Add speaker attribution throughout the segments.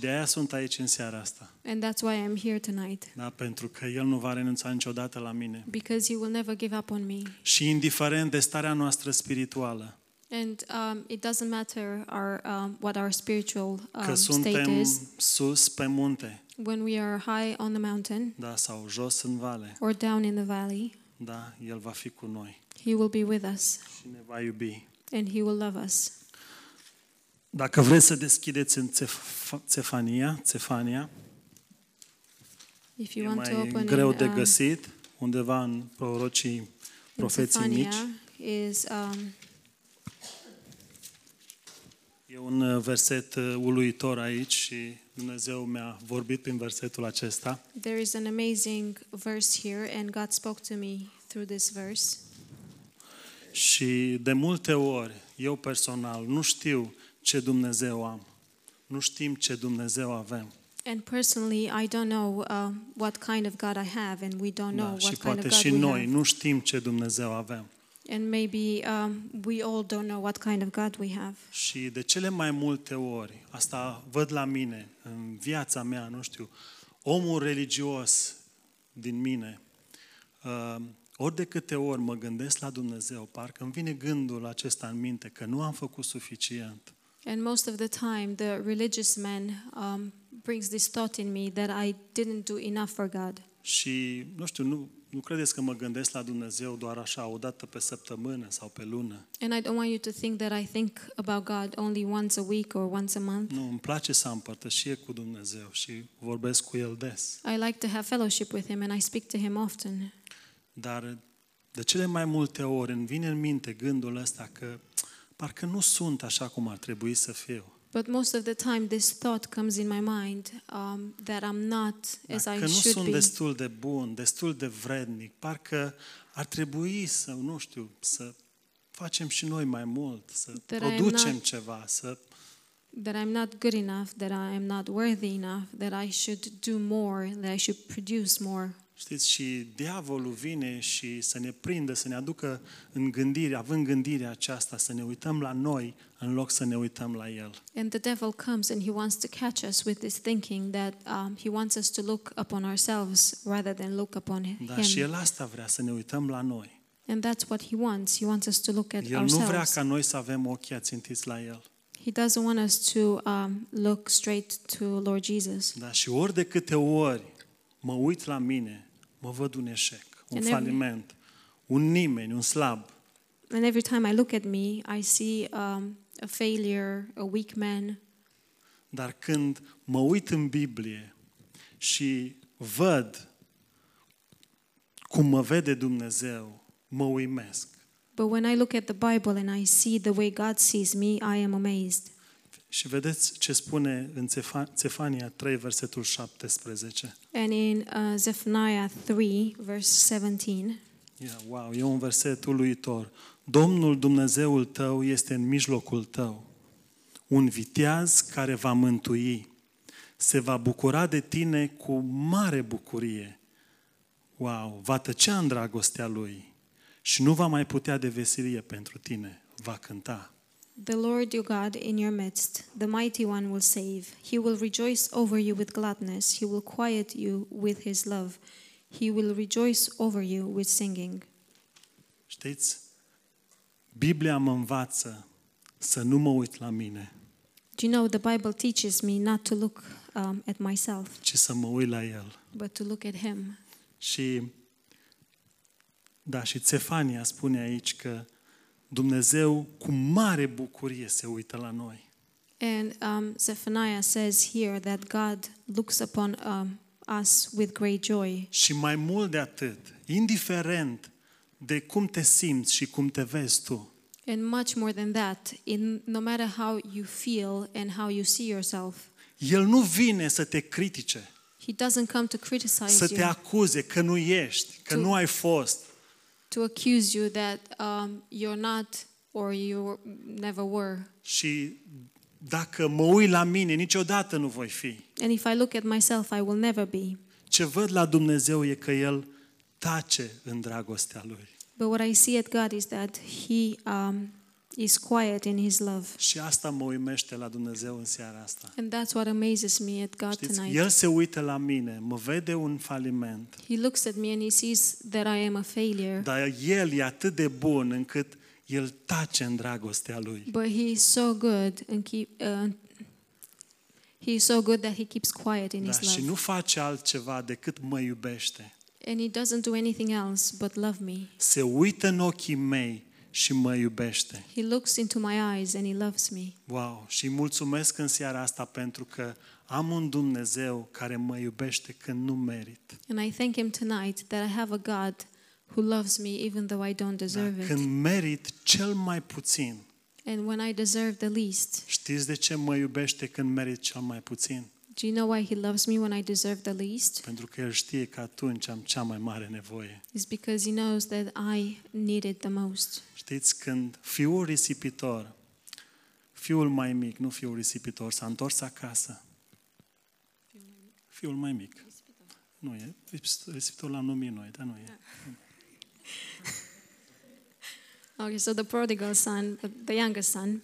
Speaker 1: de aia sunt aici în seara asta.
Speaker 2: And that's why I'm here tonight,
Speaker 1: Da? Pentru că El nu va renunța niciodată la mine.
Speaker 2: because He will never give up on me.
Speaker 1: Și indiferent de starea noastră spirituală,
Speaker 2: And um, it doesn't matter our, um, what our spiritual
Speaker 1: că
Speaker 2: um, state
Speaker 1: suntem
Speaker 2: is,
Speaker 1: sus pe munte,
Speaker 2: when we are high on the mountain
Speaker 1: da? sau jos în vale,
Speaker 2: or down in the valley,
Speaker 1: da? El va fi cu noi
Speaker 2: He will be with us
Speaker 1: și ne va iubi.
Speaker 2: and He will love us.
Speaker 1: Dacă vreți să deschideți în Țef- Țefania, Țefania,
Speaker 2: If
Speaker 1: e
Speaker 2: you want to
Speaker 1: mai
Speaker 2: open
Speaker 1: greu
Speaker 2: in,
Speaker 1: de
Speaker 2: um,
Speaker 1: găsit, undeva în prorocii,
Speaker 2: in
Speaker 1: profeții mici.
Speaker 2: Zephaniah is um,
Speaker 1: E un uh, verset uh, uluitor aici și Dumnezeu mi-a vorbit prin versetul acesta.
Speaker 2: there is an amazing verse here, and God spoke to me through this verse.
Speaker 1: Și de multe ori, eu personal, nu știu ce Dumnezeu am. Nu știm ce Dumnezeu avem.
Speaker 2: And personally, I don't know uh, what kind of God I have, and we don't know
Speaker 1: Da, și
Speaker 2: Oh, what kind
Speaker 1: poate
Speaker 2: of God
Speaker 1: și
Speaker 2: we
Speaker 1: noi
Speaker 2: have.
Speaker 1: nu știm ce Dumnezeu avem.
Speaker 2: And maybe um, we all don't know what kind of God we have.
Speaker 1: Și de cele mai multe ori, asta văd la mine, în viața mea, nu știu, omul religios din mine, uh, ori de câte ori mă gândesc la Dumnezeu, parcă îmi vine gândul acesta în minte că nu am făcut suficient.
Speaker 2: And most of the time, the religious man um, brings this thought in me that I didn't do enough for God.
Speaker 1: Și, nu știu, nu, nu credeți că mă gândesc la Dumnezeu doar așa, o dată pe săptămână sau pe lună.
Speaker 2: And I don't want you to think that I think about God only once a week or once a month.
Speaker 1: Nu, îmi place să am părtășie cu Dumnezeu și vorbesc cu El des.
Speaker 2: I like to have fellowship with Him, and I speak to Him often.
Speaker 1: Dar de cele mai multe ori îmi vine în minte gândul ăsta că parcă nu sunt așa cum ar trebui să fiu.
Speaker 2: But most of the time, this thought comes in my mind um, that I'm not as
Speaker 1: Că
Speaker 2: I
Speaker 1: nu
Speaker 2: should
Speaker 1: sunt
Speaker 2: be.
Speaker 1: destul de bun, destul de vrednic, parcă ar trebui să, nu știu, să facem și noi mai mult, să
Speaker 2: Dar I am
Speaker 1: producem
Speaker 2: not-
Speaker 1: ceva, să...
Speaker 2: that I'm not good enough, that I am not worthy enough, that I should do more, that I should produce more.
Speaker 1: Știți, și diavolul vine și să ne prindă, să ne aducă în gândire, având gândirea aceasta, să ne uităm la noi în loc să ne uităm la el.
Speaker 2: And the devil comes and he wants to catch us with this thinking that um, he wants us to look upon ourselves rather than look upon h-
Speaker 1: Dar Da, și
Speaker 2: him.
Speaker 1: el asta vrea, să ne uităm la noi.
Speaker 2: And that's what he wants. He wants us to look at
Speaker 1: El nu vrea
Speaker 2: ourselves.
Speaker 1: ca noi să avem ochii ațintiți la El.
Speaker 2: He doesn't want us to um, look straight to Lord Jesus.
Speaker 1: Da, și ori de câte ori mă uit la mine, mă văd un eșec, un
Speaker 2: În every-
Speaker 1: faliment, un nimeni, un slab.
Speaker 2: And every time I look at me, I see um, a failure, a weak man.
Speaker 1: Dar când mă uit în Biblie și văd cum mă vede Dumnezeu, mă uimesc.
Speaker 2: But when I look at the Bible and I see the way God sees me, I am amazed.
Speaker 1: Și vedeți ce spune în Țefa- Țefania 3, versetul 17.
Speaker 2: And in uh, Zephaniah 3, verse 17,
Speaker 1: Yeah, wow, e un verset uluitor. Domnul Dumnezeul tău este în mijlocul tău, un viteaz care va mântui, se va bucura de tine cu mare bucurie. Wow, va tăcea în dragostea lui și nu va mai putea de veselie pentru tine, va cânta.
Speaker 2: The Lord your God in your midst, the mighty one will save. He will rejoice over you with gladness. He will quiet you with his love. He will rejoice over you with singing.
Speaker 1: Știți? Biblia mă învață să nu mă uit la mine,
Speaker 2: Do you know the Bible teaches me not to look um, at myself,
Speaker 1: ci să mă uit la el.
Speaker 2: but to look at him.
Speaker 1: Și da, și Țefania spune aici că Dumnezeu cu mare bucurie se uită la noi.
Speaker 2: And um, Zephaniah says here that God looks upon um, us with great joy.
Speaker 1: Și mai mult de atât, indiferent de cum te simți și cum te vezi tu,
Speaker 2: And much more than that, in no matter how you feel and how you see yourself,
Speaker 1: El nu vine să te critique,
Speaker 2: He doesn't come to criticize
Speaker 1: să te
Speaker 2: you,
Speaker 1: acuze că nu ești, că
Speaker 2: Tu-
Speaker 1: nu ai fost,
Speaker 2: to accuse you that um, you're not or you never were.
Speaker 1: și dacă mă uit la mine, niciodată nu voi fi.
Speaker 2: And if I look at myself, I will never be.
Speaker 1: Ce văd la Dumnezeu e că El tace în dragostea Lui.
Speaker 2: But what I see at God is that He um, is quiet in his love.
Speaker 1: Și asta mă uimește la Dumnezeu în seara asta.
Speaker 2: And that's what amazes me at God
Speaker 1: Știți,
Speaker 2: tonight.
Speaker 1: El se uită la mine, mă vede un faliment,
Speaker 2: He looks at me and he sees that I am a failure,
Speaker 1: dar El e atât de bun încât El tace în dragostea Lui.
Speaker 2: but he is so good and keep uh, he is so good that he keeps quiet in
Speaker 1: Da,
Speaker 2: his
Speaker 1: și
Speaker 2: love.
Speaker 1: nu face altceva decât mă iubește.
Speaker 2: And he doesn't do anything else but love me.
Speaker 1: Se uită în ochii mei și mă iubește.
Speaker 2: He looks into my eyes and he loves me.
Speaker 1: Wow! Și îi mulțumesc în seara asta pentru că am un Dumnezeu care mă iubește când nu merit. Da?
Speaker 2: And I thank him tonight that I have a God who loves me even though I don't
Speaker 1: Da,
Speaker 2: deserve it.
Speaker 1: când merit cel mai puțin.
Speaker 2: And when I deserve the least,
Speaker 1: Știți de ce mă iubește când merit cel mai puțin?
Speaker 2: do you know why he loves me when I deserve the least?
Speaker 1: Pentru că El știe că atunci am cea mai mare nevoie.
Speaker 2: It's because he knows that I need it the most.
Speaker 1: Știți, când fiul risipitor, fiul mai mic, nu fiul risipitor, s-a întors acasă. Fiul mai mic. Nu e. Risipitor l-am numit noi, dar nu e.
Speaker 2: Okay, so the prodigal son, the, the younger son,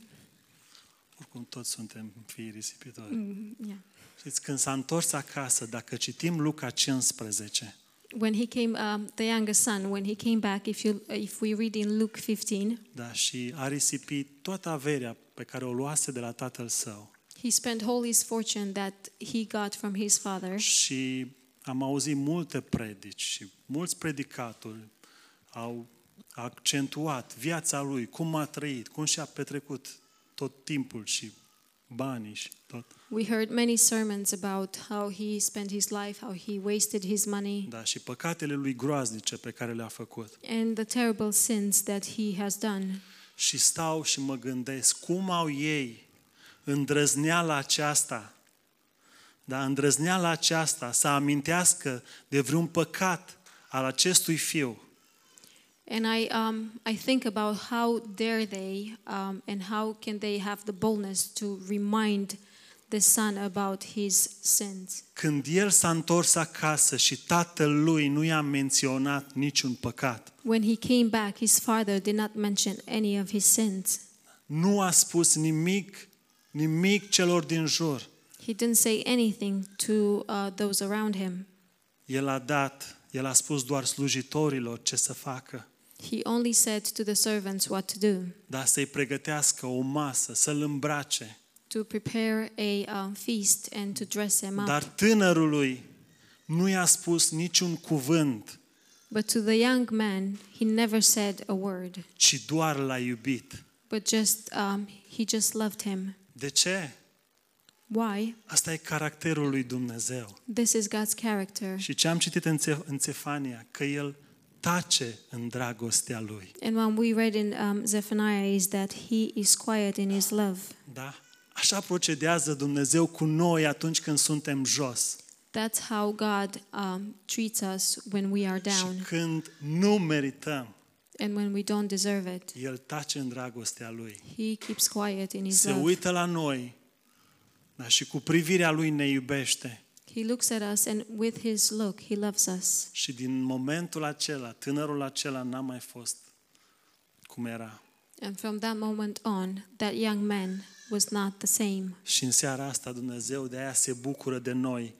Speaker 1: Oricum toți suntem fii risipitori.
Speaker 2: mm, yeah.
Speaker 1: Știți, când s-a întors acasă, dacă citim Luca 15,
Speaker 2: When he came, um, the younger son, when he came back, if you, if we read in Luke 15,
Speaker 1: da, și a risipit toată averea pe care o luase de la tatăl său.
Speaker 2: he spent all his fortune that he got from his father.
Speaker 1: Și am auzit multe predici și mulți predicatori au accentuat viața lui, cum a trăit, cum și-a petrecut tot timpul și banii și tot.
Speaker 2: We heard many sermons about how he spent his life, how he wasted his money,
Speaker 1: Da, și păcatele lui groaznice pe care le-a făcut.
Speaker 2: and the terrible sins that he has done.
Speaker 1: Și stau și mă gândesc cum au ei îndrăzneala aceasta, da, îndrăzneala aceasta să amintească de vreun păcat al acestui fiu.
Speaker 2: And I, um, I think about how dare they um, and how can they have the boldness to remind the son about his sins.
Speaker 1: Când el s-a întors acasă și tatăl lui nu i-a menționat niciun păcat,
Speaker 2: When he came back, his father did not mention any of his sins.
Speaker 1: nu a spus nimic, nimic celor din jur.
Speaker 2: He didn't say anything to uh, those around him.
Speaker 1: El a dat, el a spus doar slujitorilor ce să facă,
Speaker 2: He only said to the servants what to do
Speaker 1: dar să-i pregătească o masă, să-l îmbrace.
Speaker 2: to prepare a um, feast and to dress him up.
Speaker 1: Dar tânărului nu i-a spus niciun cuvânt,
Speaker 2: but to the young man, he never said a word,
Speaker 1: ci doar l-a iubit.
Speaker 2: but just um, he just loved him.
Speaker 1: De ce?
Speaker 2: Why?
Speaker 1: Asta e caracterul lui Dumnezeu.
Speaker 2: This is God's character.
Speaker 1: Și ce am citit în Țe- în Țefania, că el tace în dragostea lui.
Speaker 2: And when we read in um, Zephaniah is that he is quiet in his love.
Speaker 1: Da? Așa procedează Dumnezeu cu noi atunci când suntem jos
Speaker 2: That's how God um, treats us when we are
Speaker 1: și
Speaker 2: down
Speaker 1: când nu merităm.
Speaker 2: and when we don't deserve it.
Speaker 1: El tace în dragostea Lui.
Speaker 2: He keeps quiet in his
Speaker 1: Se
Speaker 2: love.
Speaker 1: uită la noi, dar și cu privirea Lui ne iubește.
Speaker 2: He looks at us and with his look, he loves us.
Speaker 1: Și din momentul acela, tânărul acela n-a mai fost cum era.
Speaker 2: And from that moment on, that young man was not the same.
Speaker 1: Și în seara asta Dumnezeu de aia se bucură de noi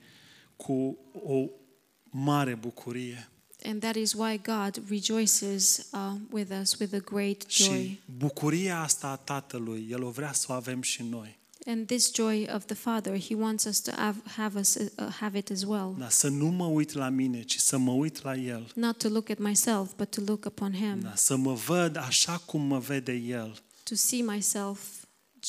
Speaker 1: cu o mare bucurie.
Speaker 2: And that is why God rejoices uh, with us with a great joy.
Speaker 1: Și bucuria asta a Tatălui, El o vrea să o avem și noi.
Speaker 2: And this joy of the Father, he wants us to have, have, us, uh, have it as well.
Speaker 1: Da, să nu mă uit la mine, ci să mă uit la El.
Speaker 2: Not to look at myself, but to look upon him.
Speaker 1: Da, să mă văd așa cum mă vede El,
Speaker 2: To see myself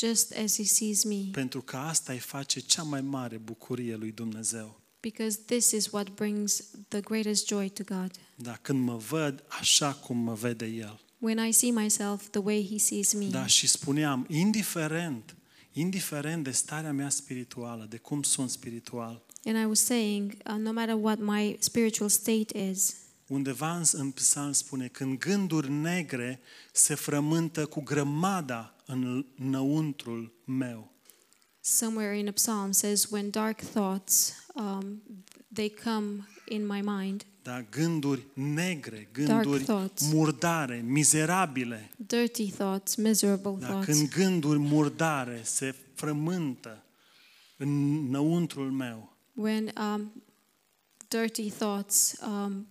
Speaker 2: just as he sees me.
Speaker 1: pentru că asta îi face cea mai mare bucurie lui Dumnezeu.
Speaker 2: Because this is what brings the greatest joy to God.
Speaker 1: Da, când mă văd așa cum mă vede El.
Speaker 2: When I see myself the way he sees me.
Speaker 1: Da, și spuneam, indiferent, indiferent de starea mea spirituală, de cum sunt spiritual,
Speaker 2: And I was saying, uh, no matter what my spiritual state is,
Speaker 1: undeva în, în psalm spune, când gânduri negre se frământă cu grămada în, înăuntrul meu.
Speaker 2: somewhere in a psalm says, when dark thoughts um, they come in my mind,
Speaker 1: Da, gânduri negre, gânduri
Speaker 2: thoughts.
Speaker 1: murdare, mizerabile.
Speaker 2: dirty thoughts, miserable
Speaker 1: Dar
Speaker 2: thoughts.
Speaker 1: când gânduri murdare se frământă înăuntrul meu,
Speaker 2: When um, dirty thoughts um,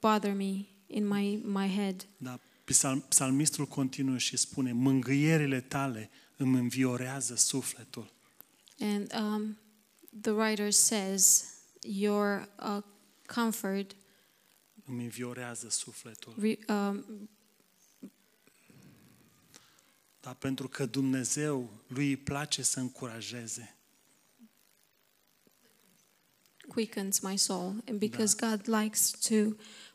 Speaker 2: bother me in my, my head,
Speaker 1: dar psal- da, psalmistul continuă și spune, mângâierile tale îmi înviorează sufletul.
Speaker 2: and um, the writer says, Your uh, comfort
Speaker 1: Îmi înviorează sufletul.
Speaker 2: re- um,
Speaker 1: Dar Da, pentru că Dumnezeu lui îi place să încurajeze.
Speaker 2: quickens my soul, and because God likes to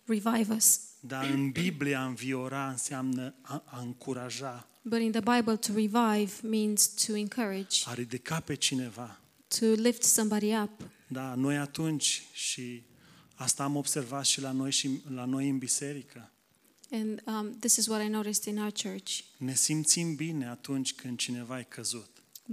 Speaker 2: revive us.
Speaker 1: Dar Da, în Biblie a înviora înseamnă a, a încuraja,
Speaker 2: But in the Bible, to revive means to encourage,
Speaker 1: a ridica pe cineva.
Speaker 2: to lift somebody up.
Speaker 1: Da, noi atunci și asta am observat și la noi și la noi în biserică.
Speaker 2: And um, this is what I noticed in our church.
Speaker 1: Ne simțim bine atunci când cineva e căzut,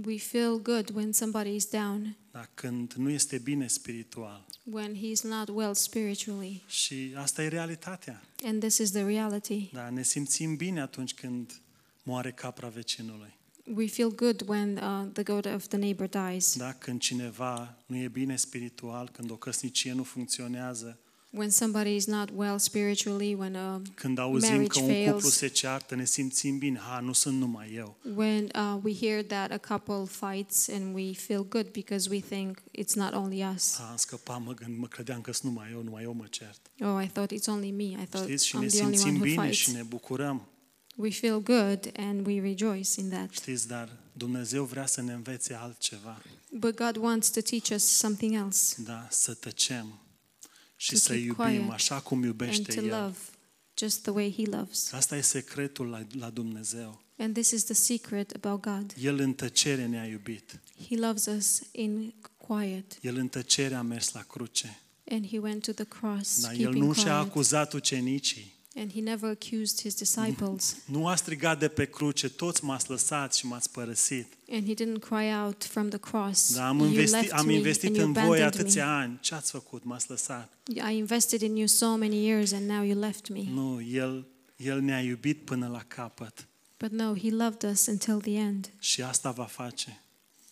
Speaker 2: We feel good when somebody is down,
Speaker 1: dar când nu este bine spiritual.
Speaker 2: when he's not well spiritually.
Speaker 1: Și asta e realitatea.
Speaker 2: And this is the reality.
Speaker 1: Da, ne simțim bine atunci când moare capra vecinului.
Speaker 2: We feel good when uh, the goat of the neighbor dies,
Speaker 1: Da, când cineva nu e bine spiritual, când o căsnicie nu funcționează,
Speaker 2: when somebody is not well spiritually, when uh,
Speaker 1: când auzim
Speaker 2: Marriage
Speaker 1: că un cuplu
Speaker 2: fails.
Speaker 1: se ceartă, ne simțim bine. Ha, nu sunt numai eu.
Speaker 2: when uh, we hear that a couple fights and we feel good because we think it's not only us.
Speaker 1: Ha, am scăpat, mă, gând- mă credeam că sunt numai eu, numai eu mă cert.
Speaker 2: Oh, I thought it's only me. I thought
Speaker 1: Știți? Și ne
Speaker 2: I'm Da, the only one
Speaker 1: simțim
Speaker 2: who
Speaker 1: bine și
Speaker 2: fights.
Speaker 1: ne bucurăm.
Speaker 2: We feel good and we rejoice in that.
Speaker 1: Știți, dar Dumnezeu vrea să ne învețe altceva.
Speaker 2: But God wants to teach us something else
Speaker 1: Da, să tăcem și
Speaker 2: To
Speaker 1: să
Speaker 2: keep
Speaker 1: iubim
Speaker 2: quiet
Speaker 1: așa cum
Speaker 2: and
Speaker 1: iubește
Speaker 2: to
Speaker 1: El.
Speaker 2: love just the way He loves.
Speaker 1: Asta e secretul la, la Dumnezeu.
Speaker 2: And this is the secret about God.
Speaker 1: El în tăcere ne-a iubit.
Speaker 2: He loves us in quiet.
Speaker 1: El în tăcere a mers la cruce.
Speaker 2: And he went to the cross,
Speaker 1: Da, el
Speaker 2: keeping
Speaker 1: nu și-a
Speaker 2: quiet.
Speaker 1: acuzat ucenicii.
Speaker 2: And he never accused his disciples.
Speaker 1: Nu a strigat de pe cruce, toți m-ați lăsat și m-ați părăsit.
Speaker 2: And he didn't cry out from the cross.
Speaker 1: Dar am
Speaker 2: you
Speaker 1: investit,
Speaker 2: left
Speaker 1: am
Speaker 2: me
Speaker 1: investit
Speaker 2: and you
Speaker 1: în voi
Speaker 2: abandoned
Speaker 1: atâția ani. Ce ați făcut? M-ați lăsat.
Speaker 2: me. I invested in you so many years and now you left me.
Speaker 1: Nu, el, el ne-a iubit până la capăt.
Speaker 2: But no, he loved us until the end.
Speaker 1: Și asta va face.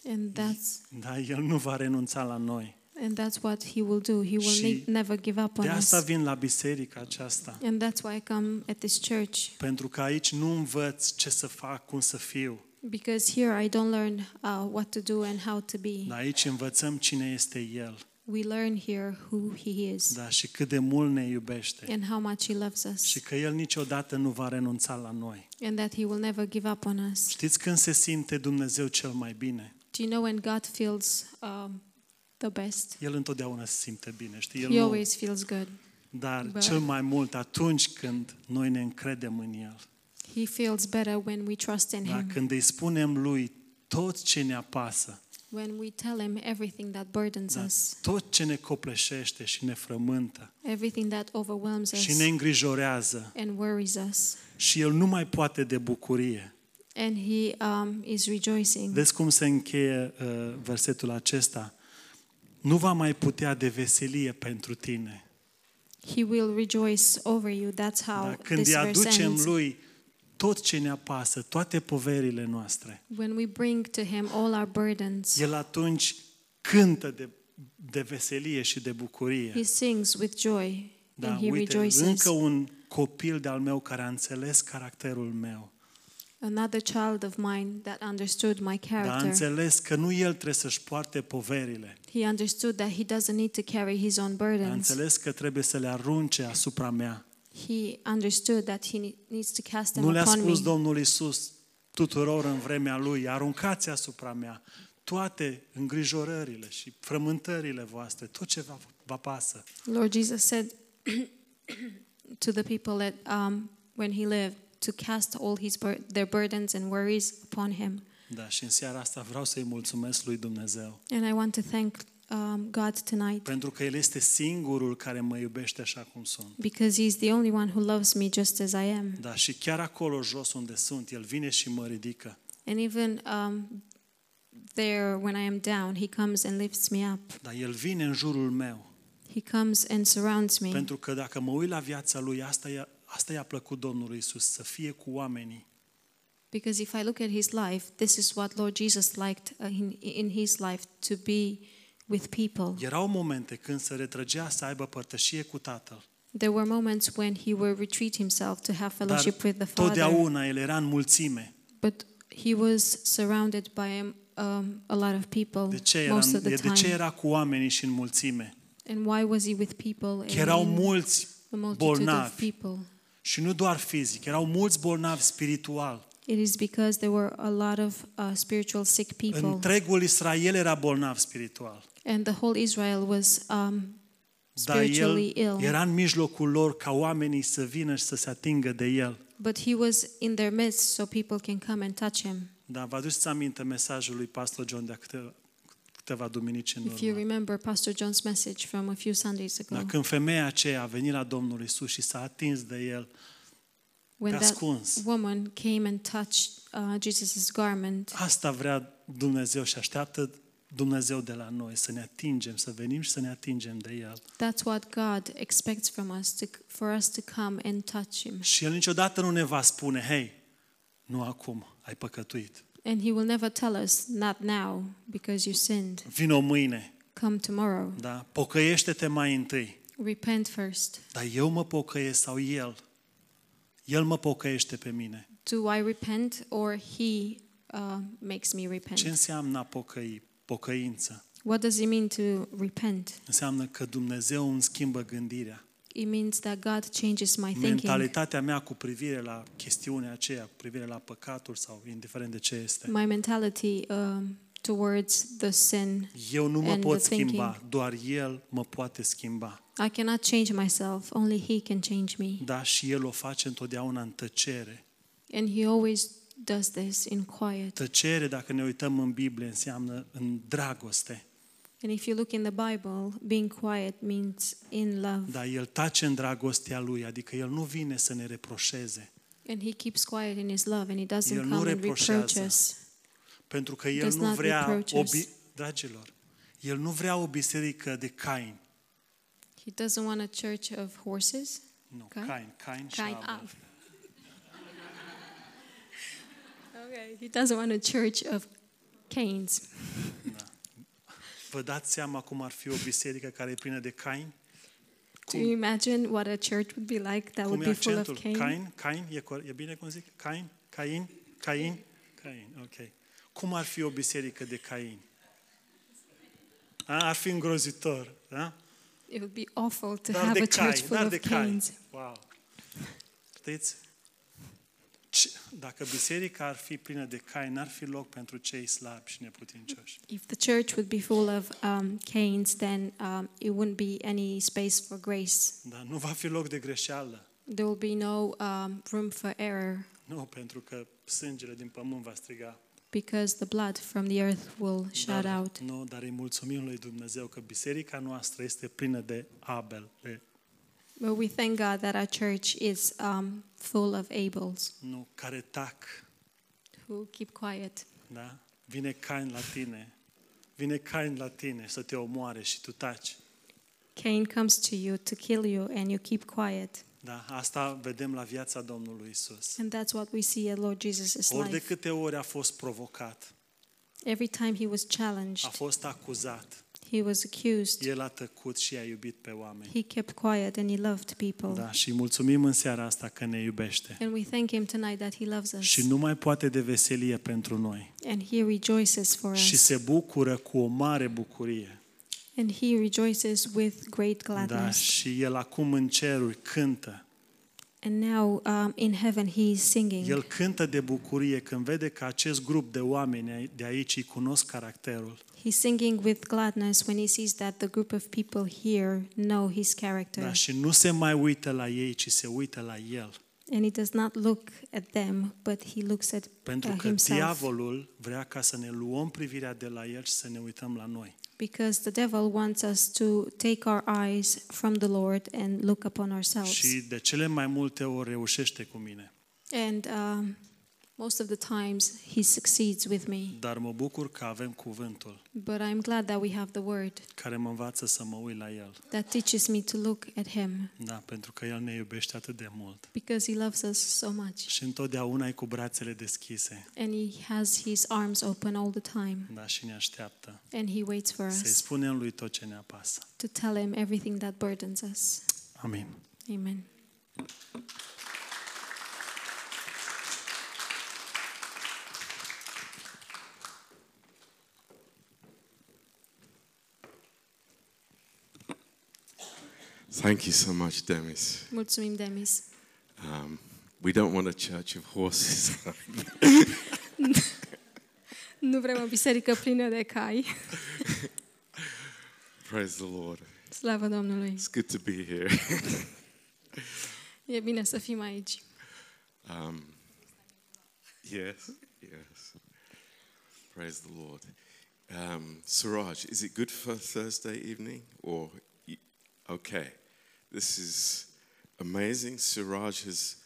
Speaker 2: And that's
Speaker 1: Da, el nu va renunța la noi.
Speaker 2: and that's what he will do. He will
Speaker 1: Și
Speaker 2: ne- never give up on
Speaker 1: De asta
Speaker 2: us.
Speaker 1: vin la biserica aceasta.
Speaker 2: And that's why I come at this church
Speaker 1: Pentru că aici nu învăț ce să fac, cum să fiu.
Speaker 2: because here I don't learn uh, what to do and how to be.
Speaker 1: Dar Da, aici învățăm cine este El.
Speaker 2: We learn here who he is
Speaker 1: Da, și cât de mult ne iubește.
Speaker 2: and how much he loves us
Speaker 1: Și că El niciodată nu va renunța la noi.
Speaker 2: and that he will never give up on us.
Speaker 1: Știți când se simte Dumnezeu cel mai bine?
Speaker 2: Do you know when God feels um, the best?
Speaker 1: El întotdeauna se simte bine, știi? El
Speaker 2: He
Speaker 1: nu,
Speaker 2: always feels good.
Speaker 1: dar
Speaker 2: Bă.
Speaker 1: cel mai mult atunci când noi ne încredem în El.
Speaker 2: He feels better when we trust in
Speaker 1: Da?
Speaker 2: him,
Speaker 1: Când îi spunem Lui tot ce ne apasă,
Speaker 2: when we tell him everything that burdens
Speaker 1: da?
Speaker 2: us,
Speaker 1: tot ce ne copleșește și ne frământă
Speaker 2: everything that overwhelms
Speaker 1: și ne
Speaker 2: us
Speaker 1: îngrijorează
Speaker 2: and worries us.
Speaker 1: și El nu mai poate de bucurie.
Speaker 2: And he um, is rejoicing.
Speaker 1: Vezi cum se încheie uh, versetul acesta. Nu va mai putea de veselie pentru tine.
Speaker 2: He will rejoice over you. That's
Speaker 1: Da?
Speaker 2: how
Speaker 1: Când
Speaker 2: this
Speaker 1: îi
Speaker 2: verse
Speaker 1: aducem
Speaker 2: ends.
Speaker 1: lui tot ce ne apasă, toate poverile noastre,
Speaker 2: When we bring to him all our burdens,
Speaker 1: el atunci cântă de, de veselie și de bucurie.
Speaker 2: he sings with joy
Speaker 1: Da,
Speaker 2: and he
Speaker 1: uite,
Speaker 2: rejoices.
Speaker 1: încă un copil de-al meu care a înțeles caracterul meu.
Speaker 2: Another child of mine that understood my
Speaker 1: Dar a
Speaker 2: character.
Speaker 1: înțeles că nu el trebuie să-și poarte poverile.
Speaker 2: He understood that he doesn't need to carry his own
Speaker 1: A
Speaker 2: burdens.
Speaker 1: înțeles că trebuie să le arunce asupra mea.
Speaker 2: He understood that he ne- needs to cast them
Speaker 1: Nu le-a
Speaker 2: upon me.
Speaker 1: spus Domnul Isus tuturor în vremea Lui, aruncați asupra mea toate îngrijorările și frământările voastre, tot ce vă, vă pasă.
Speaker 2: Lord Jesus said to the people that um, when he lived to cast all his bur- their burdens and worries upon him.
Speaker 1: Da, și în seara asta vreau să-i mulțumesc lui Dumnezeu,
Speaker 2: And I want to thank um, God tonight
Speaker 1: pentru că El este singurul care mă iubește așa cum sunt.
Speaker 2: because he's the only one who loves me just as I am.
Speaker 1: Da, și chiar acolo jos unde sunt, El vine și mă ridică.
Speaker 2: And even um, there when I am down, he comes and lifts me up.
Speaker 1: Dar El vine în jurul meu,
Speaker 2: He comes and surrounds me.
Speaker 1: pentru că dacă mă uit la viața Lui, asta i-a, asta i-a plăcut Domnului Isus, să fie cu oamenii.
Speaker 2: Because if I look at his life, this is what Lord Jesus liked uh, in, in his life to be with people.
Speaker 1: Erau momente când se retrăgea să aibă părtășie cu Tatăl,
Speaker 2: There were moments when he would retreat himself to have
Speaker 1: dar
Speaker 2: fellowship with the Father,
Speaker 1: totdeauna el era în mulțime.
Speaker 2: but he was surrounded by um, a lot of people
Speaker 1: De ce era,
Speaker 2: most of the
Speaker 1: de ce
Speaker 2: time.
Speaker 1: era cu oamenii și în mulțime?
Speaker 2: And why was he with people? and
Speaker 1: Că erau
Speaker 2: in
Speaker 1: mulți
Speaker 2: a multitude
Speaker 1: bolnavi.
Speaker 2: of people.
Speaker 1: și nu doar fizic, erau mulți bolnavi spiritual.
Speaker 2: It is because there were a lot of uh, spiritual sick people,
Speaker 1: Întregul Israel era bolnav spiritual,
Speaker 2: and the whole Israel was um,
Speaker 1: dar el
Speaker 2: spiritually ill.
Speaker 1: era în mijlocul lor ca oamenii să vină și să se atingă de el.
Speaker 2: But he was in their midst so people can come and touch him.
Speaker 1: Da, vă aduceți aminte mesajul lui Pastor John de câteva, câteva duminici în
Speaker 2: If you
Speaker 1: urmă.
Speaker 2: remember Pastor John's message from a few Sundays
Speaker 1: Dar
Speaker 2: ago,
Speaker 1: când femeia aceea a venit la Domnul Isus și s-a atins de el,
Speaker 2: when
Speaker 1: pe
Speaker 2: that
Speaker 1: ascuns.
Speaker 2: woman came and touched uh, Jesus' garment,
Speaker 1: Asta vrea Dumnezeu și așteaptă Dumnezeu de la noi, să ne atingem, să venim și să ne atingem de El.
Speaker 2: that's what God expects from us to, for us to come and touch him.
Speaker 1: Și El niciodată nu ne va spune, hei, nu acum, ai păcătuit,
Speaker 2: And he will never tell us, not now, because you sinned.
Speaker 1: vino mâine,
Speaker 2: Come tomorrow.
Speaker 1: da? pocăiește-te mai întâi.
Speaker 2: Repent first.
Speaker 1: Dar eu mă pocăiesc sau El? El mă pocăiește pe mine.
Speaker 2: Do I repent or he uh, makes me
Speaker 1: Ce
Speaker 2: repent?
Speaker 1: înseamnă a pocăi? Pocăință.
Speaker 2: What does it mean to repent?
Speaker 1: Înseamnă că Dumnezeu îmi schimbă gândirea.
Speaker 2: It means that God changes my thinking.
Speaker 1: Mentalitatea mea cu privire la chestiunea aceea, cu privire la păcatul sau indiferent de ce este.
Speaker 2: My mentality um, towards the sin.
Speaker 1: Eu nu mă
Speaker 2: And
Speaker 1: pot
Speaker 2: the thinking.
Speaker 1: schimba, doar El mă poate schimba.
Speaker 2: I cannot change myself, only he can change me.
Speaker 1: Da, și El o face întotdeauna în tăcere.
Speaker 2: And he always does this in quiet.
Speaker 1: Tăcere, dacă ne uităm în Biblie, înseamnă în dragoste.
Speaker 2: And if you look in the Bible, being quiet means in love.
Speaker 1: Dar Da, El tace în dragostea Lui, adică El nu vine să ne reproșeze.
Speaker 2: And he keeps quiet in his love and he
Speaker 1: El
Speaker 2: doesn't
Speaker 1: nu
Speaker 2: come and reproach
Speaker 1: reproșează.
Speaker 2: us.
Speaker 1: Pentru că El
Speaker 2: Does
Speaker 1: nu
Speaker 2: not
Speaker 1: vrea,
Speaker 2: reproach
Speaker 1: o
Speaker 2: us.
Speaker 1: bi- dragilor, El nu vrea o biserică de Cain.
Speaker 2: He doesn't want a church of horses.
Speaker 1: Nu,
Speaker 2: Cain?
Speaker 1: Cain, Cain și
Speaker 2: Cain,
Speaker 1: Abel.
Speaker 2: Okay, he doesn't want a church of Cains.
Speaker 1: Vă dați seama cum ar fi o biserică care e plină de Cain?
Speaker 2: Do you imagine what a church would be like that
Speaker 1: Cum
Speaker 2: would
Speaker 1: e
Speaker 2: be full
Speaker 1: accentul?
Speaker 2: of Cain?
Speaker 1: Cain? Cain? E, cor- e bine cum zic? Cain? Cain? Cain? Cain, ok. Cum ar fi o biserică de Cain? A, ar fi îngrozitor, da?
Speaker 2: It would be awful to
Speaker 1: Dar
Speaker 2: have
Speaker 1: de
Speaker 2: a
Speaker 1: Cain,
Speaker 2: church full
Speaker 1: dar de
Speaker 2: of
Speaker 1: Cain.
Speaker 2: Cains.
Speaker 1: Wow. Știți? Ce, dacă biserica ar fi plină de Cain, n-ar fi loc pentru cei slabi și neputincioși.
Speaker 2: If the church would be full of um, Cains, then um, it wouldn't be any space for grace.
Speaker 1: Dar nu va fi loc de greșeală.
Speaker 2: There will be no um, room for error
Speaker 1: Nu, pentru că sângele din pământ va striga.
Speaker 2: because the blood from the earth will shout
Speaker 1: dar,
Speaker 2: out.
Speaker 1: Da, Nu, dar îi mulțumim lui Dumnezeu că biserica noastră este plină de Abel. De,
Speaker 2: But we thank God that our church is um, full of Abels
Speaker 1: nu, care tac,
Speaker 2: who keep quiet.
Speaker 1: da? Vine Cain la tine. Vine Cain la tine să te omoare și tu taci.
Speaker 2: Cain comes to you to kill you and you keep quiet.
Speaker 1: Da? Asta vedem la viața Domnului Isus.
Speaker 2: And that's what we see at Lord Jesus'
Speaker 1: Ori de
Speaker 2: life.
Speaker 1: câte ori a fost provocat,
Speaker 2: Every time he was
Speaker 1: a
Speaker 2: challenged,
Speaker 1: fost acuzat,
Speaker 2: he was accused.
Speaker 1: el a tăcut și a iubit pe oameni.
Speaker 2: He kept quiet and he loved people.
Speaker 1: Da, și îi mulțumim în seara asta că ne iubește.
Speaker 2: And we thank him tonight that he loves us.
Speaker 1: Și nu mai poate de veselie pentru noi.
Speaker 2: And he rejoices for
Speaker 1: Și
Speaker 2: us.
Speaker 1: se bucură cu o mare bucurie.
Speaker 2: And he rejoices with great
Speaker 1: Da,
Speaker 2: gladness.
Speaker 1: și el acum în ceruri cântă.
Speaker 2: And now um, in heaven he is singing.
Speaker 1: El cântă de bucurie când vede că acest grup de oameni ai- de aici îi cunosc caracterul.
Speaker 2: He's singing with gladness when he sees that the group of people here know his
Speaker 1: Da,
Speaker 2: character.
Speaker 1: și nu se mai uită la ei, ci se uită la el.
Speaker 2: And he does not look at them, but he looks at
Speaker 1: Pentru
Speaker 2: uh,
Speaker 1: că
Speaker 2: himself.
Speaker 1: diavolul vrea ca să ne luăm privirea de la el și să ne uităm la noi.
Speaker 2: Because the devil wants us to take our eyes from the Lord and look upon ourselves.
Speaker 1: Și de cele mai multe ori reușește cu mine.
Speaker 2: and um, Most of the times, he succeeds with me.
Speaker 1: Dar mă bucur că avem cuvântul
Speaker 2: But I'm glad that we have the word
Speaker 1: care mă învață să mă uit la El.
Speaker 2: that teaches me to look at him
Speaker 1: Da, pentru că El ne iubește atât de mult.
Speaker 2: because he loves us so much
Speaker 1: Și întotdeauna e cu brațele deschise.
Speaker 2: and he has his arms open all the time
Speaker 1: Da, și ne așteaptă
Speaker 2: and he waits for
Speaker 1: să-i
Speaker 2: us
Speaker 1: spunem Lui tot ce ne apasă.
Speaker 2: to tell him everything that burdens us.
Speaker 1: Amin.
Speaker 2: Amen.
Speaker 3: Thank you so much, Demis.
Speaker 2: Mulțumim, Demis.
Speaker 3: Um, we don't want a church of horses.
Speaker 2: Nu vrem o biserică plină de cai.
Speaker 3: Praise the Lord.
Speaker 2: Slavă Domnului!
Speaker 3: It's good to be here.
Speaker 2: E bine să fim aici.
Speaker 3: Um, yes, yes. Praise the Lord. Um, Siraj, is it good for Thursday evening? Or y- okay, this is amazing. Siraj has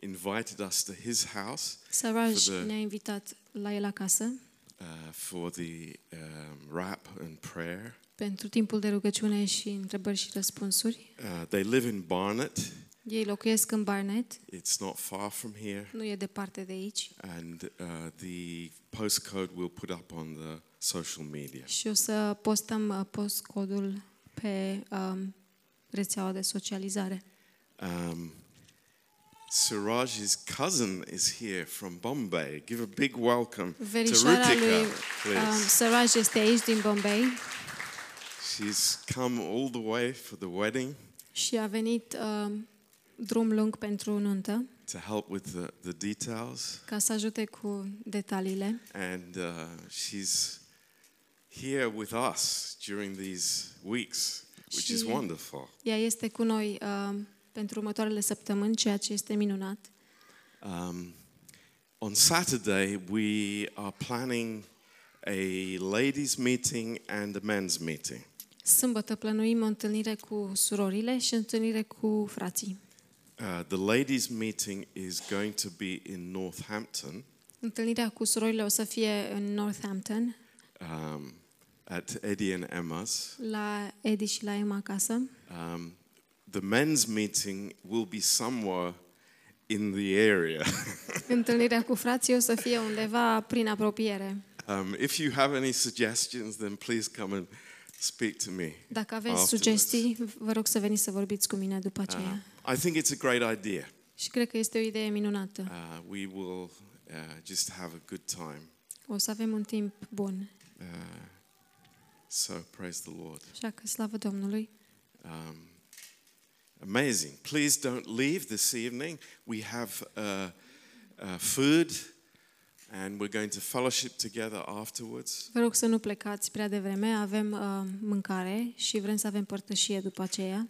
Speaker 3: invited us to his house
Speaker 2: Saraj
Speaker 3: Să vă-
Speaker 2: ne-a invitat la el acasă
Speaker 3: uh, for the um, rap and prayer.
Speaker 2: pentru timpul de rugăciune și întrebări și răspunsuri.
Speaker 3: Uh, they live in Barnet.
Speaker 2: Ei locuiesc în Barnet,
Speaker 3: It's not far from here.
Speaker 2: nu e departe de aici
Speaker 3: And uh, the postcode we'll put up on the social media.
Speaker 2: și o să postăm uh, postcodul pe um, rețeaua de socializare.
Speaker 3: Um, Siraj's cousin is here from Bombay. Give a big welcome to
Speaker 2: Verișoara lui
Speaker 3: Rutika,
Speaker 2: um,
Speaker 3: please.
Speaker 2: Saraj este aici din Bombay
Speaker 3: She's come all the way for the wedding
Speaker 2: și a venit um, drum lung pentru nuntă
Speaker 3: to help with the, the details.
Speaker 2: ca să ajute cu detaliile
Speaker 3: And uh, she's here with us during these weeks, which is
Speaker 2: She-
Speaker 3: wonderful.
Speaker 2: Ea este cu noi um, pentru următoarele săptămâni, ceea ce este minunat.
Speaker 3: Um, on Saturday, we are planning a ladies' meeting and a men's meeting.
Speaker 2: Sâmbătă plănuim o întâlnire cu surorile și o întâlnire cu frații.
Speaker 3: Uh, the ladies' meeting is going to be in Northampton
Speaker 2: Întâlnirea cu surorile o să fie în Northampton,
Speaker 3: um, at Eddie and Emma's.
Speaker 2: la Edi și la Emma acasă.
Speaker 3: Um, the men's meeting will be somewhere in the area.
Speaker 2: Întâlnirea cu frații o să fie undeva prin apropiere.
Speaker 3: um, if you have any suggestions, then please come and speak to me.
Speaker 2: Dacă aveți
Speaker 3: Afterwards.
Speaker 2: sugestii, vă rog să veniți să vorbiți cu mine după
Speaker 3: Uh,
Speaker 2: aceea.
Speaker 3: I think it's a great idea.
Speaker 2: Și cred că este o idee minunată.
Speaker 3: Uh, we will uh, just have a good time.
Speaker 2: O să avem un timp bun.
Speaker 3: Uh, so praise the Lord.
Speaker 2: Așa că slavă Domnului!
Speaker 3: Um, amazing. Please don't leave this evening. We have uh, uh, food and we're going to fellowship together afterwards.
Speaker 2: Vă rog să nu plecați prea devreme, avem uh, mâncare și vrem să avem părtășie după aceea.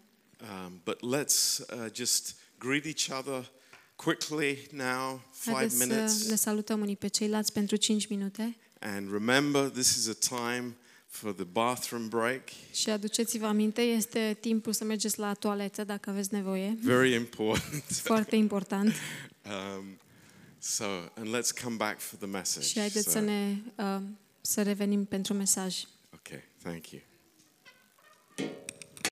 Speaker 3: Um, but let's uh, just greet each other quickly now, five
Speaker 2: Haideți să ne
Speaker 3: minutes.
Speaker 2: salutăm unii pe ceilalți pentru 5 minute
Speaker 3: And remember, this is a time for the bathroom break.
Speaker 2: și aduceți-vă aminte, este timpul să mergeți la toaletă dacă aveți nevoie.
Speaker 3: Very important.
Speaker 2: Foarte important.
Speaker 3: Um, so, and let's come back for the message.
Speaker 2: Și haideți
Speaker 3: So,
Speaker 2: să ne uh, să revenim pentru mesaj.
Speaker 3: Okay, thank you.